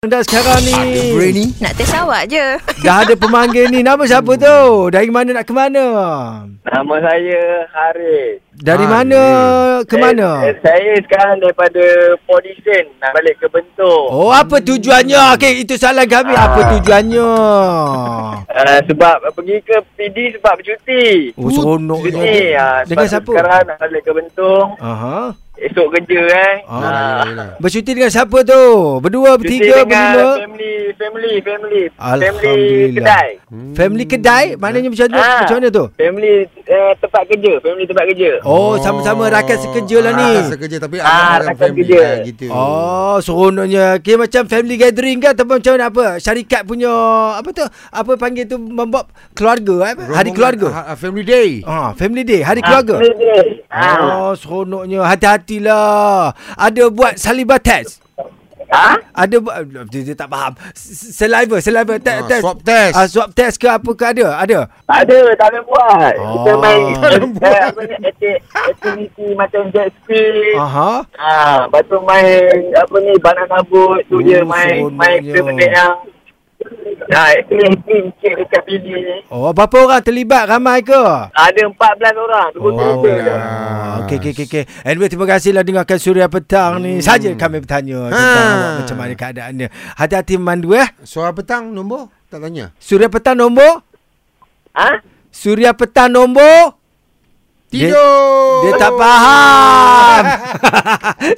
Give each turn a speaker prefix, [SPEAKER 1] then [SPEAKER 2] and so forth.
[SPEAKER 1] anda sekarang ni?
[SPEAKER 2] Ada brainy.
[SPEAKER 3] Nak test awak je.
[SPEAKER 1] Dah ada pemanggil ni. Nama siapa tu? Dari mana nak ke mana?
[SPEAKER 4] Nama saya Haris.
[SPEAKER 1] Dari
[SPEAKER 2] Ah,
[SPEAKER 1] mana ke mana?
[SPEAKER 4] Eh, eh, saya sekarang daripada Podisen nak balik ke Bentuk.
[SPEAKER 1] Oh,
[SPEAKER 4] Oh.
[SPEAKER 1] apa tujuannya? Okey, itu soalan kami. Apa
[SPEAKER 4] Ah.
[SPEAKER 1] tujuannya?
[SPEAKER 4] Uh, sebab pergi ke PD sebab bercuti.
[SPEAKER 1] Oh, seronoknya.
[SPEAKER 4] Cuti. Uh,
[SPEAKER 1] Dengan siapa?
[SPEAKER 4] sebab sekarang nak balik ke Bentuk.
[SPEAKER 1] Aha.
[SPEAKER 4] Esok kerja eh.
[SPEAKER 1] Ah,
[SPEAKER 4] Ah.
[SPEAKER 1] Bercuti dengan siapa tu? Berdua,
[SPEAKER 4] Cuti
[SPEAKER 1] bertiga,
[SPEAKER 4] dengan
[SPEAKER 1] berlima?
[SPEAKER 4] family, family, family.
[SPEAKER 1] Alhamdulillah.
[SPEAKER 4] Family kedai.
[SPEAKER 1] Family kedai? Maknanya macam, tu,
[SPEAKER 4] Ah,
[SPEAKER 1] macam mana tu?
[SPEAKER 4] Family uh, tempat kerja. Family tempat kerja.
[SPEAKER 1] Oh, sama-sama rakan sekerja lah ni.
[SPEAKER 2] Rakan sekerja tapi
[SPEAKER 4] Ah,
[SPEAKER 2] abang dengan
[SPEAKER 4] rakan
[SPEAKER 2] family
[SPEAKER 4] kerja.
[SPEAKER 2] ah, gitu.
[SPEAKER 1] Oh, seronoknya. Kira macam family gathering ke ataupun macam mana apa? Syarikat punya apa tu? Apa panggil tu membuat keluarga eh? Hari
[SPEAKER 2] Rombongan,
[SPEAKER 1] keluarga.
[SPEAKER 2] ah, ah, family day.
[SPEAKER 1] Ha, family day, hari
[SPEAKER 4] Ah,
[SPEAKER 1] keluarga.
[SPEAKER 4] family dia. Ah.
[SPEAKER 1] Oh, seronoknya. Hati-hatilah. Ada buat saliva test.
[SPEAKER 4] Ah.
[SPEAKER 1] Ada buat dia, dia tak faham. S- Saliva, saliva te-
[SPEAKER 2] Ah,
[SPEAKER 1] test.
[SPEAKER 2] swab test.
[SPEAKER 1] Ah, swab test ke apa ke ada? Ada.
[SPEAKER 4] Tak ada, tak ada buat.
[SPEAKER 1] Oh.
[SPEAKER 4] Kita main
[SPEAKER 1] Tak
[SPEAKER 2] ada buat.
[SPEAKER 4] eh, apa ni, akti- aktiviti macam jet ski.
[SPEAKER 1] Aha.
[SPEAKER 4] Ah, lepas tu main apa ni banana boat
[SPEAKER 1] Oh,
[SPEAKER 4] tu je main main
[SPEAKER 1] seronoknya.
[SPEAKER 4] benda benda yang Ah, aktiviti sikit dekat pilih.
[SPEAKER 1] Oh, berapa orang terlibat? Ramai ke?
[SPEAKER 4] Ada 14 orang. Dua
[SPEAKER 2] Oh,
[SPEAKER 4] oh, je.
[SPEAKER 2] lah.
[SPEAKER 1] Ah, Okey, okey, okey. Okay. Anyway, terima kasihlah dengarkan Suria Petang ni. Saja kami bertanya tentang
[SPEAKER 2] Ha.
[SPEAKER 1] awak macam mana keadaannya. Hati-hati memandu eh.
[SPEAKER 2] Suara petang nombor tak tanya.
[SPEAKER 1] Suria Petang nombor?
[SPEAKER 4] Ha?
[SPEAKER 1] Suria Petang nombor? Dia-
[SPEAKER 2] Tidur.
[SPEAKER 1] Dia tak faham.